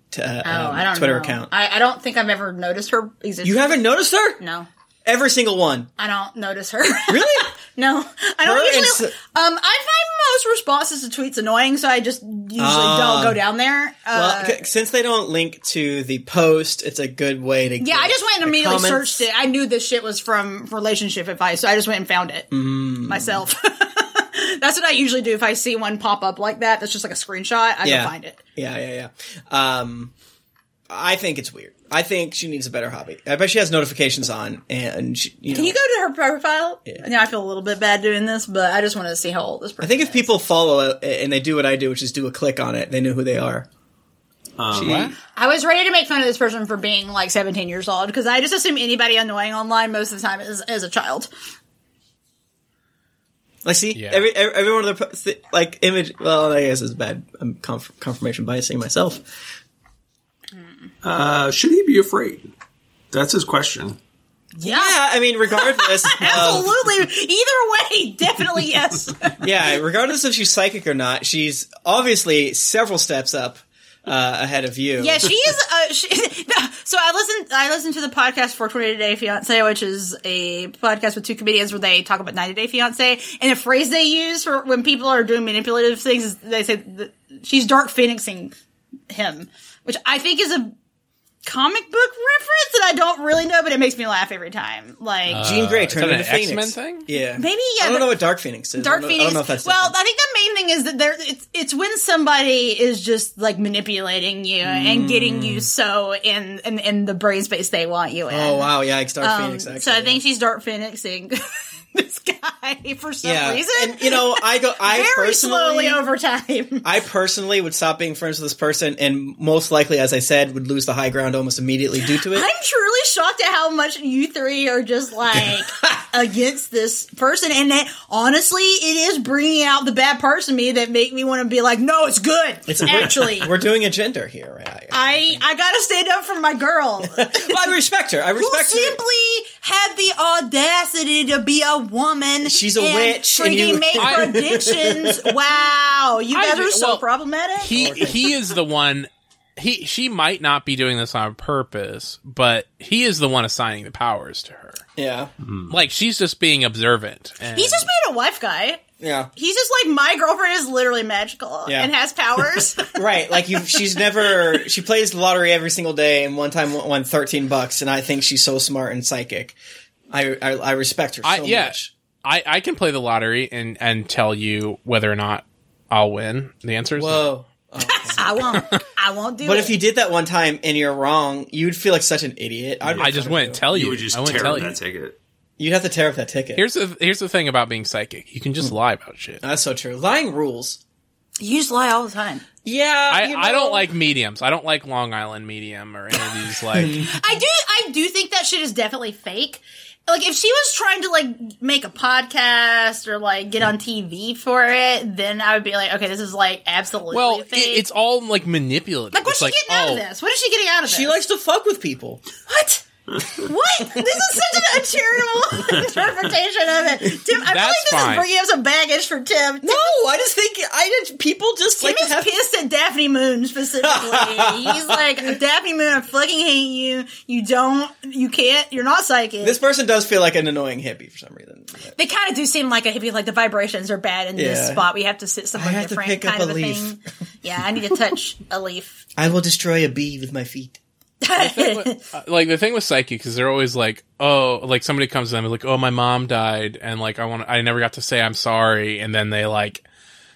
Speaker 1: t- uh,
Speaker 3: Oh,
Speaker 1: um,
Speaker 3: I don't
Speaker 1: Twitter
Speaker 3: know.
Speaker 1: account.
Speaker 3: I, I don't think I've ever noticed her existence.
Speaker 1: you haven't noticed her?
Speaker 3: No,
Speaker 1: Every single one.
Speaker 3: I don't notice her.
Speaker 1: Really?
Speaker 3: no, I don't
Speaker 1: Her uh, and
Speaker 3: usually.
Speaker 1: s-
Speaker 3: um, I find most responses to tweets annoying, so I just usually don't go down there. Uh,
Speaker 1: Ah. well, c- since they don't link to the post, it's a good way to.
Speaker 3: yeah, I just went and immediately
Speaker 1: comments-
Speaker 3: searched it. I knew this shit was from relationship advice, so I just went and found it
Speaker 1: Mm.
Speaker 3: myself. That's what I usually do if I see one pop up like that. That's just like a screenshot. I
Speaker 1: Yeah.
Speaker 3: can find it.
Speaker 1: Yeah, yeah, yeah. Um, I think it's weird. I think she needs a better hobby. I bet she has notifications on, and she, you know,
Speaker 3: Can you go to her profile? Yeah. I feel a little bit bad doing this, but I just want to see how old this person.
Speaker 1: I think if people follow it and they do what I do, which is do a click on it, they know who they are.
Speaker 5: Um,
Speaker 4: What?
Speaker 3: I was ready to make fun of this person for being like 17 years old because I just assume anybody annoying online most of the time is, is a child.
Speaker 1: Like, see,
Speaker 4: Yeah.
Speaker 1: every, every every one of the pro- th- like image. Well, I guess it's bad. I'm conf- confirmation biasing myself.
Speaker 5: Uh, should he be afraid? That's his question.
Speaker 3: Yeah.
Speaker 1: Yeah, I mean, regardless, of,
Speaker 3: Absolutely. Either way, definitely yes.
Speaker 1: yeah, regardless if she's psychic or not, she's obviously several steps up uh, ahead of you.
Speaker 3: Yeah, she is. Uh, she, so I listened. I listened to the podcast 420 Day Fiance, which is a podcast with two comedians where they talk about 90 Day Fiance. And a phrase they use for when people are doing manipulative things is they say that she's dark phoenixing him, which I think is a comic book reference that I don't really know, but it makes me laugh every time. Like.
Speaker 1: Jean Grey turned
Speaker 4: Uh, that an
Speaker 1: into Phoenix.
Speaker 4: X-Men thing?
Speaker 1: Yeah,
Speaker 3: Maybe,
Speaker 1: I
Speaker 3: yeah,
Speaker 1: don't
Speaker 3: but-
Speaker 1: know what Dark Phoenix is.
Speaker 3: Dark
Speaker 1: I don't know,
Speaker 3: Phoenix.
Speaker 1: I don't know if that's
Speaker 3: well,
Speaker 1: different.
Speaker 3: I think the main thing is that there it's it's when somebody is just like manipulating you
Speaker 1: Mm.
Speaker 3: and getting you so in in, in the brain space they want you in.
Speaker 1: Oh wow, yeah, it's Dark
Speaker 3: Um,
Speaker 1: Phoenix. Actually,
Speaker 3: so I think she's Dark Phoenixing. this guy for some
Speaker 1: yeah.
Speaker 3: reason.
Speaker 1: And you know, I go. I
Speaker 3: very
Speaker 1: personally
Speaker 3: slowly over time.
Speaker 1: I personally would stop being friends with this person, and most likely, as I said, would lose the high ground almost immediately due to it.
Speaker 3: I'm truly shocked at how much you three are just like against this person, and that honestly, it is bringing out the bad parts in me that make me want to be like, no, it's good. It's actually.
Speaker 1: We're doing a gender here. Right? I,
Speaker 3: I, I gotta stand up for my girl
Speaker 1: well, I respect her. I
Speaker 3: who
Speaker 1: respect her.
Speaker 3: simply had the audacity to be a woman.
Speaker 1: She's a
Speaker 3: and
Speaker 1: witch, and
Speaker 3: Freaking
Speaker 1: you-
Speaker 3: make
Speaker 4: I-
Speaker 3: predictions. wow, you
Speaker 4: I
Speaker 3: guys
Speaker 4: ju-
Speaker 3: are so
Speaker 4: well,
Speaker 3: problematic.
Speaker 4: he he is the one he she might not be doing this on purpose but he is the one assigning the powers to her
Speaker 1: Yeah,
Speaker 4: like she's just being observant and
Speaker 3: He's just being a wife guy.
Speaker 1: yeah.
Speaker 3: He's just like my girlfriend is literally magical
Speaker 1: Yeah.
Speaker 3: and has powers.
Speaker 1: Right, like you, she's never. She plays the lottery every single day, and one time won thirteen bucks. And I think she's so smart and psychic. I I, I respect her so
Speaker 4: I, yeah
Speaker 1: much.
Speaker 4: I, I can play the lottery and and tell you whether or not i'll win the answer is no.
Speaker 1: Whoa!
Speaker 3: I won't. I won't do
Speaker 1: Oh. But
Speaker 3: it.
Speaker 1: if you did that one time and you're wrong, you'd feel like such an idiot. I'd,
Speaker 4: i just wouldn't tell you,
Speaker 5: You would just
Speaker 4: i wouldn't
Speaker 5: tear
Speaker 4: tell
Speaker 5: up
Speaker 4: you
Speaker 5: that ticket.
Speaker 1: you'd have to tear up that ticket.
Speaker 4: here's the here's the thing about being psychic you can
Speaker 5: Hmm.
Speaker 4: just lie about shit
Speaker 3: Uh,
Speaker 1: That's so true. Lying rules.
Speaker 3: you just lie all the time.
Speaker 1: Yeah,
Speaker 4: I,
Speaker 1: you
Speaker 4: I
Speaker 1: know.
Speaker 4: don't like mediums. I don't like Long Island medium or any of these like
Speaker 3: I do. I do think that shit is definitely fake. Like if she was trying to like make a podcast or like get on TV for it, then I would be like, okay, this is like absolutely
Speaker 4: well, it,
Speaker 3: fake.
Speaker 4: it's all like manipulative.
Speaker 3: like what's
Speaker 4: it's like,
Speaker 3: she getting out of
Speaker 4: oh,
Speaker 3: this? What is she getting out of this?
Speaker 1: She likes to fuck with people.
Speaker 3: what? what? This is such an uncharitable interpretation of it. Tim, I feel like
Speaker 4: That's
Speaker 3: this
Speaker 4: fine.
Speaker 3: is bringing up some baggage for Tim.
Speaker 1: No, I just think I just people just
Speaker 3: Tim
Speaker 1: like to
Speaker 3: is
Speaker 1: have-
Speaker 3: pissed at Daphne Moon specifically. He's like, Daphne Moon, I fucking hate you. You don't, you can't, you're not psychic.
Speaker 1: This person does feel like an annoying hippie for some reason.
Speaker 3: they kind of do seem like a hippie. Like the vibrations are bad in this
Speaker 1: Yeah.
Speaker 3: spot. We have to sit somewhere
Speaker 1: I have to
Speaker 3: different.
Speaker 1: pick up
Speaker 3: kind of
Speaker 1: a
Speaker 3: a
Speaker 1: leaf.
Speaker 3: thing. Yeah, I need to touch a leaf.
Speaker 1: I will destroy a bee with my feet.
Speaker 4: Uh, like the thing with psychic is they're always like, oh, like somebody comes to them and like, oh, my mom died, and like I want, I never got to say I'm sorry, and then they like,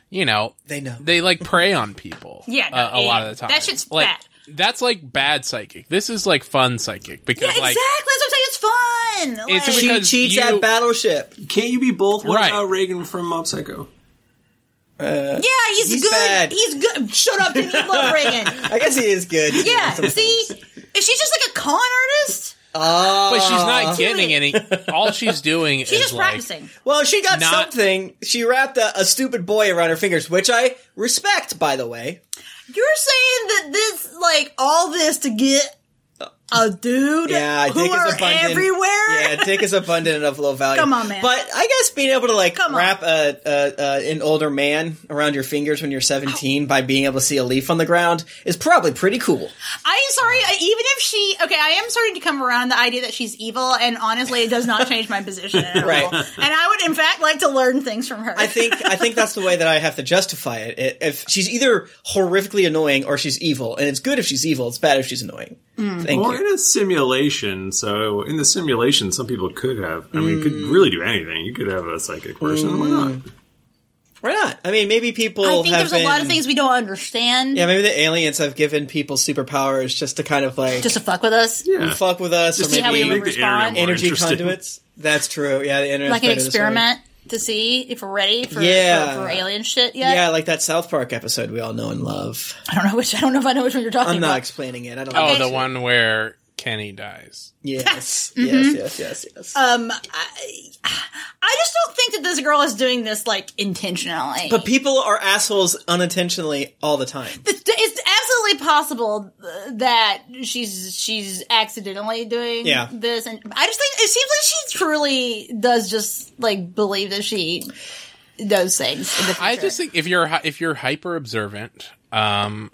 Speaker 4: you know,
Speaker 1: They know.
Speaker 4: they like prey on people.
Speaker 3: Yeah, no,
Speaker 4: uh, a
Speaker 3: yeah,
Speaker 4: lot
Speaker 3: yeah.
Speaker 4: of the time.
Speaker 3: That shit's
Speaker 4: like,
Speaker 3: bad.
Speaker 4: That's like bad psychic. This is like fun psychic
Speaker 3: yeah,
Speaker 4: because
Speaker 3: exactly.
Speaker 4: like
Speaker 3: That's what I'm saying. It's fun.
Speaker 4: It's
Speaker 3: Like-
Speaker 4: because-
Speaker 1: she cheats
Speaker 4: you-
Speaker 1: at battleship.
Speaker 5: Can't you be both? What
Speaker 4: Right.
Speaker 5: about Reagan from Mob Psycho?
Speaker 3: yeah, he's,
Speaker 1: He's
Speaker 3: good.
Speaker 1: bad.
Speaker 3: He's good. Shut up, Tim. You love Reagan.
Speaker 1: I guess he is good.
Speaker 3: Yeah, see? Is she just like a con artist?
Speaker 4: but she's not getting
Speaker 3: Dude.
Speaker 4: any. All she's doing
Speaker 3: She's
Speaker 4: is
Speaker 3: just
Speaker 4: like,
Speaker 3: practicing.
Speaker 1: Well, she got
Speaker 4: Not-
Speaker 1: something. She wrapped a, a stupid boy around her fingers, which I respect, by the way.
Speaker 3: You're saying that this, like, all this to get a dude
Speaker 1: Yeah,
Speaker 3: who
Speaker 1: dick
Speaker 3: are
Speaker 1: is abundant.
Speaker 3: everywhere?
Speaker 1: Yeah, dick is abundant and of low value.
Speaker 3: Come on, man.
Speaker 1: But I guess being able to like
Speaker 3: Come on.
Speaker 1: wrap a, a, a an older man around your fingers when you're 17 by being able to see a leaf on the ground is probably pretty cool.
Speaker 3: I am sorry. I, even if she, okay, I am starting to come around on the idea that she's evil, and honestly, it does not change my position at all.
Speaker 1: Right.
Speaker 3: And I would, in fact, like to learn things from her.
Speaker 1: I think I think that's the way that I have to justify it. I- If she's either horrifically annoying or she's evil, and it's good if she's evil, it's bad if she's annoying. Thank
Speaker 5: Well,
Speaker 1: you.
Speaker 5: in a simulation, so in the simulation, some people could have. I mean, could
Speaker 4: Mm.
Speaker 5: really do anything. You could have a psychic person. Why not?
Speaker 1: Why not? I mean, maybe people.
Speaker 3: I think
Speaker 1: have
Speaker 3: there's a lot of
Speaker 1: been-
Speaker 3: things we don't understand
Speaker 1: Yeah, maybe the aliens have given people superpowers just to kind of like
Speaker 3: just to fuck with us.
Speaker 5: Yeah.
Speaker 1: fuck with us, or
Speaker 5: Just
Speaker 3: see how
Speaker 1: maybe
Speaker 3: we
Speaker 5: make the
Speaker 3: respond.
Speaker 5: internet more
Speaker 1: energy
Speaker 5: interesting.
Speaker 1: conduits. That's true. Yeah, the internet.
Speaker 3: Like an experiment to see if we're ready for,
Speaker 1: Yeah.
Speaker 3: for, for alien shit yet.
Speaker 1: Yeah, like that South Park episode we all know and love.
Speaker 3: I don't know which. I don't know if I know which one you're talking
Speaker 1: I'm not
Speaker 3: about.
Speaker 1: explaining it. I don't.
Speaker 4: oh,
Speaker 1: know.
Speaker 4: the one where Kenny dies.
Speaker 1: Yes,
Speaker 3: Mm-hmm.
Speaker 1: yes, yes, yes, yes.
Speaker 3: Um, I, I just don't think that this girl is doing this like intentionally.
Speaker 1: but people are assholes unintentionally all the time.
Speaker 3: it's, it's absolutely possible uh, that she's she's accidentally doing
Speaker 1: Yeah.
Speaker 3: this, and I just think it seems like she truly does just like believe that she does things. In the future.
Speaker 4: I just think if you're hy- if you're hyper observant, um,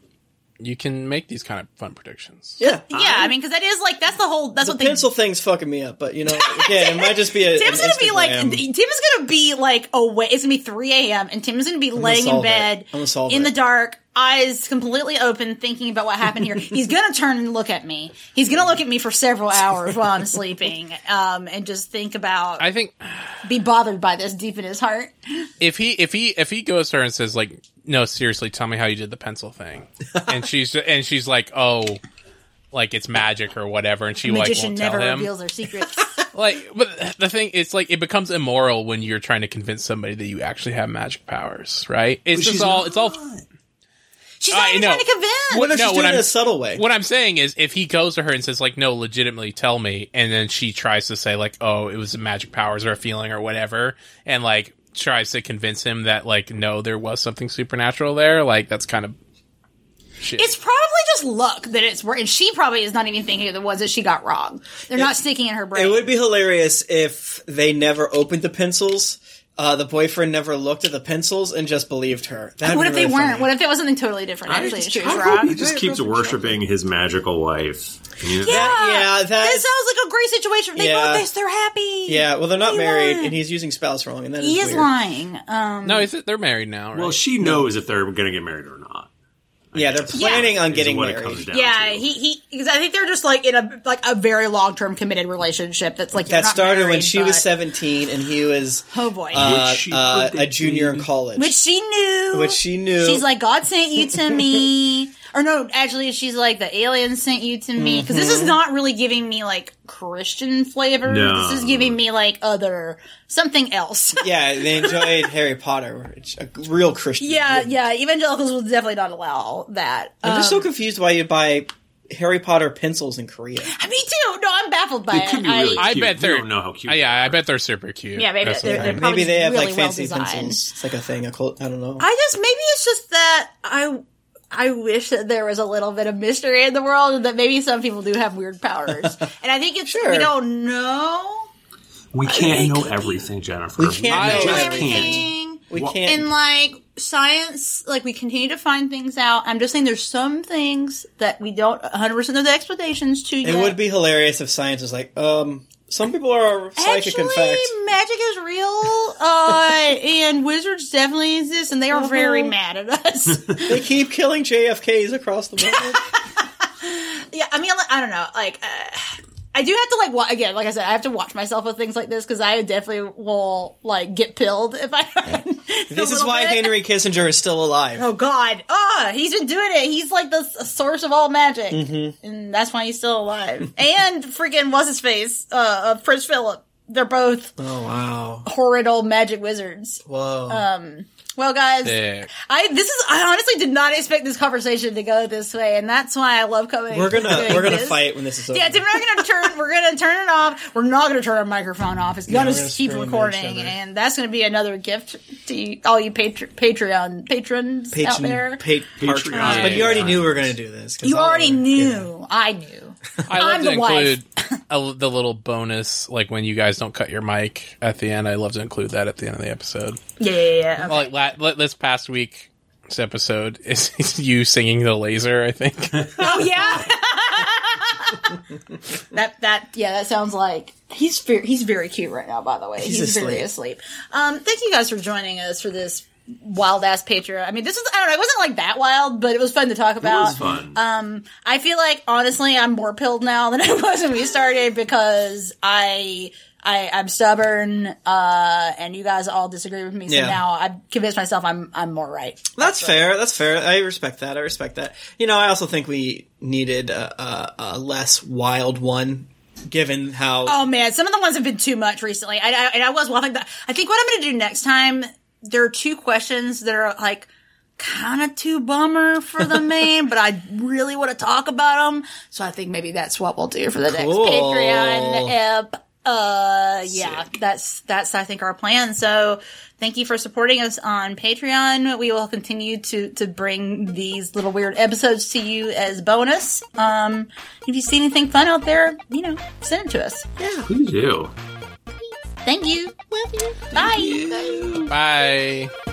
Speaker 4: you can make these kind of fun predictions.
Speaker 1: Yeah.
Speaker 3: yeah, I, mean, because that is like that's the whole that's what they
Speaker 1: pencil thing's fucking me up, but you know, again, it might just be a.
Speaker 3: Tim's
Speaker 1: an
Speaker 3: gonna be like
Speaker 1: Instagram.
Speaker 3: Tim's gonna be like away. It's gonna be three a.m. and Tim's gonna be laying in
Speaker 1: solve it.
Speaker 3: bed
Speaker 1: I'm gonna solve
Speaker 3: in the
Speaker 1: it.
Speaker 3: dark, eyes completely open, thinking about what happened here. He's gonna turn and look at me. He's gonna look at me for several hours while I'm sleeping, um, and just think about
Speaker 4: I think
Speaker 3: be bothered by this deep in his heart.
Speaker 4: if he if he if he goes to her and says like, "No, seriously, tell me how you did the pencil thing," and she's and she's like, "Oh, like it's magic or whatever," and she like
Speaker 3: Magician
Speaker 4: won't tell
Speaker 3: never
Speaker 4: him.
Speaker 3: reveals their secrets.
Speaker 4: like, but the thing, it's like it becomes immoral when you're trying to convince somebody that you actually have magic powers, right? It's just
Speaker 5: she's
Speaker 4: all, it's all.
Speaker 3: She's
Speaker 4: I
Speaker 3: not even
Speaker 4: know.
Speaker 3: trying to convince.
Speaker 1: What if she's
Speaker 4: No, what
Speaker 1: doing it in
Speaker 4: I'm-
Speaker 1: a subtle way?
Speaker 4: What I'm saying is, if he goes to her and says like, "No, legitimately, tell me," and then she tries to say like, "Oh, it was magic powers or a feeling or whatever," and like tries to convince him that like, no, there was something supernatural there. Like that's kind of shit.
Speaker 3: It's probably just luck that it's working. She probably is not even thinking of the ones that she got wrong. They're not sticking in her brain.
Speaker 1: It would be hilarious if they never opened the pencils. Uh, the boyfriend never looked at the pencils and just believed her. That'd
Speaker 3: what
Speaker 1: be
Speaker 3: if they
Speaker 1: really
Speaker 3: weren't?
Speaker 1: funny.
Speaker 3: What if it was something totally different? Actually, she was
Speaker 5: He
Speaker 3: wrong.
Speaker 5: just keeps worshiping his magical wife. You know?
Speaker 1: yeah,
Speaker 3: that
Speaker 1: that's-
Speaker 3: sounds like a great situation. They
Speaker 1: Yeah.
Speaker 3: yeah. this. They're happy.
Speaker 1: yeah, well, they're not married,
Speaker 3: lying.
Speaker 1: and he's using spouse wrong, and that is
Speaker 3: he is
Speaker 1: weird.
Speaker 3: lying. Um,
Speaker 4: no, is it? They're married now, right?
Speaker 5: Well, she knows if they're going to get married or not.
Speaker 1: Yeah, they're planning on
Speaker 5: is
Speaker 1: getting
Speaker 5: what
Speaker 1: married.
Speaker 5: It comes down
Speaker 3: yeah,
Speaker 5: to.
Speaker 3: he he. Because I think they're just like in a like a very long term committed relationship. That's like you're
Speaker 1: that
Speaker 3: not
Speaker 1: started when
Speaker 3: married,
Speaker 1: she
Speaker 3: but-
Speaker 1: was 17 and he was
Speaker 3: Oh boy,
Speaker 1: uh,
Speaker 5: she
Speaker 1: uh, a
Speaker 5: predicted.
Speaker 1: junior in college.
Speaker 3: which she knew.
Speaker 1: Which she knew.
Speaker 3: She's like, God sent you to me. Or no, actually, she's like, the alien sent you to me. Because this is
Speaker 1: Mm-hmm.
Speaker 3: not really giving me like Christian flavor.
Speaker 5: No.
Speaker 3: This is giving me like other something else.
Speaker 1: yeah, they enjoyed Harry Potter, which a real Christian.
Speaker 3: yeah,
Speaker 1: movie.
Speaker 3: yeah. Evangelicals will definitely not allow that.
Speaker 1: I'm
Speaker 5: Uh,
Speaker 3: Um,
Speaker 1: just so confused why you buy Harry Potter pencils in Korea.
Speaker 3: Uh, me too. No, I'm baffled by it.
Speaker 5: It could be
Speaker 3: I-
Speaker 5: really
Speaker 4: I
Speaker 5: cute.
Speaker 4: bet
Speaker 5: We
Speaker 4: they're
Speaker 5: don't know how cute.
Speaker 4: Uh, yeah,
Speaker 5: they
Speaker 4: I
Speaker 5: are.
Speaker 4: bet they're super cute.
Speaker 3: yeah, maybe
Speaker 4: That's
Speaker 3: they're,
Speaker 4: what
Speaker 3: they're
Speaker 4: I'm-
Speaker 3: probably
Speaker 1: Maybe they have
Speaker 3: really
Speaker 1: like
Speaker 3: well
Speaker 1: fancy
Speaker 3: designed.
Speaker 1: pencils. It's like a thing. A cult, I don't know.
Speaker 3: I just maybe it's just that I I wish that there was a little bit of mystery in the world and that maybe some people do have weird powers. and I think it's we
Speaker 1: Sure.
Speaker 3: don't know.
Speaker 5: We can't know everything, Jennifer.
Speaker 1: We can't
Speaker 5: I
Speaker 1: know
Speaker 5: just
Speaker 1: everything.
Speaker 5: can't.
Speaker 3: everything.
Speaker 1: we
Speaker 5: Well-
Speaker 1: can't.
Speaker 3: And like science, like we continue to find things out. I'm just saying there's some things that we don't 100% know the explanations to yet.
Speaker 1: it would be hilarious if science was like, um, some people are psychic
Speaker 3: Actually,
Speaker 1: in fact.
Speaker 3: magic is real, uh, and wizards definitely exist, and they are very
Speaker 1: Uh-huh.
Speaker 3: mad at us.
Speaker 1: They keep killing JFKs across the world.
Speaker 3: Yeah, I mean, like, I don't know. Like, uh, I do have to like wa- again. Like I said, I have to watch myself with things like this because I definitely will like get pilled if I.
Speaker 1: this is why Henry Kissinger is still alive.
Speaker 3: Oh God! Ah, he's been doing it. He's like the s- source of all magic,
Speaker 1: Mm-hmm.
Speaker 3: and that's why he's still alive. and freaking what's his face? Uh, uh, Prince Philip. They're both
Speaker 1: Oh, wow.
Speaker 3: horrid old magic wizards.
Speaker 1: Whoa.
Speaker 3: Um, Well, guys,
Speaker 4: Sick.
Speaker 3: I this is I honestly did not expect this conversation to go this way, and that's why I love coming.
Speaker 1: we're gonna
Speaker 3: doing
Speaker 1: we're gonna
Speaker 3: this.
Speaker 1: fight when this is over.
Speaker 3: Yeah, dude, we're not gonna turn. We're gonna turn it off. We're not gonna turn our microphone off. It's gonna
Speaker 1: we're gonna
Speaker 3: keep
Speaker 1: scream at each
Speaker 3: recording,
Speaker 1: other.
Speaker 3: and that's gonna be another gift to you, all you patr Patreon patrons out there.
Speaker 1: Patron, pa-
Speaker 5: Patreon.
Speaker 1: Patreon. But you already knew we were gonna do this. 'cause
Speaker 3: you
Speaker 1: I
Speaker 3: already
Speaker 1: don't-
Speaker 3: knew. I knew.
Speaker 4: I love
Speaker 3: I'm
Speaker 4: to
Speaker 3: the wife.
Speaker 4: include a, the little bonus, like when you guys don't cut your mic at the end. I love to include that at the end of the episode.
Speaker 3: Yeah, yeah, yeah. Okay.
Speaker 4: Like la- la- this past week's episode is, is you singing the laser. I think.
Speaker 3: Oh yeah. that that yeah, that sounds like he's ver- he's very cute right now. By the way, he's, very asleep. Um, thank you guys for joining us for this wild ass Patreon. I mean, this was I don't know, it wasn't like that wild, but it was fun to talk
Speaker 5: It
Speaker 3: about.
Speaker 5: was fun.
Speaker 3: I feel like honestly, I'm more pilled now than I was when we started because I. I, I'm stubborn, uh, and you guys all disagree with me. So
Speaker 1: Yeah.
Speaker 3: now I've convinced myself I'm I'm more right.
Speaker 1: That's fair. That's fair. I respect that. I respect that. You know, I also think we needed a, a, a less wild one, given how.
Speaker 3: Oh man, some of the ones have been too much recently. I, I and I was watching that. I think what I'm going to do next time. There are two questions that are like kind of too bummer for the main, but I really want to talk about them. So I think maybe that's what we'll do for the
Speaker 1: Cool.
Speaker 3: next Patreon ep. Uh, yeah, that's that's I think our plan. So thank you for supporting us on Patreon. We will continue to to bring these little weird episodes to you as bonus. Um, if you see anything fun out there, you know, send it to us.
Speaker 5: Please do.
Speaker 3: Thank you. Bye.
Speaker 4: Bye.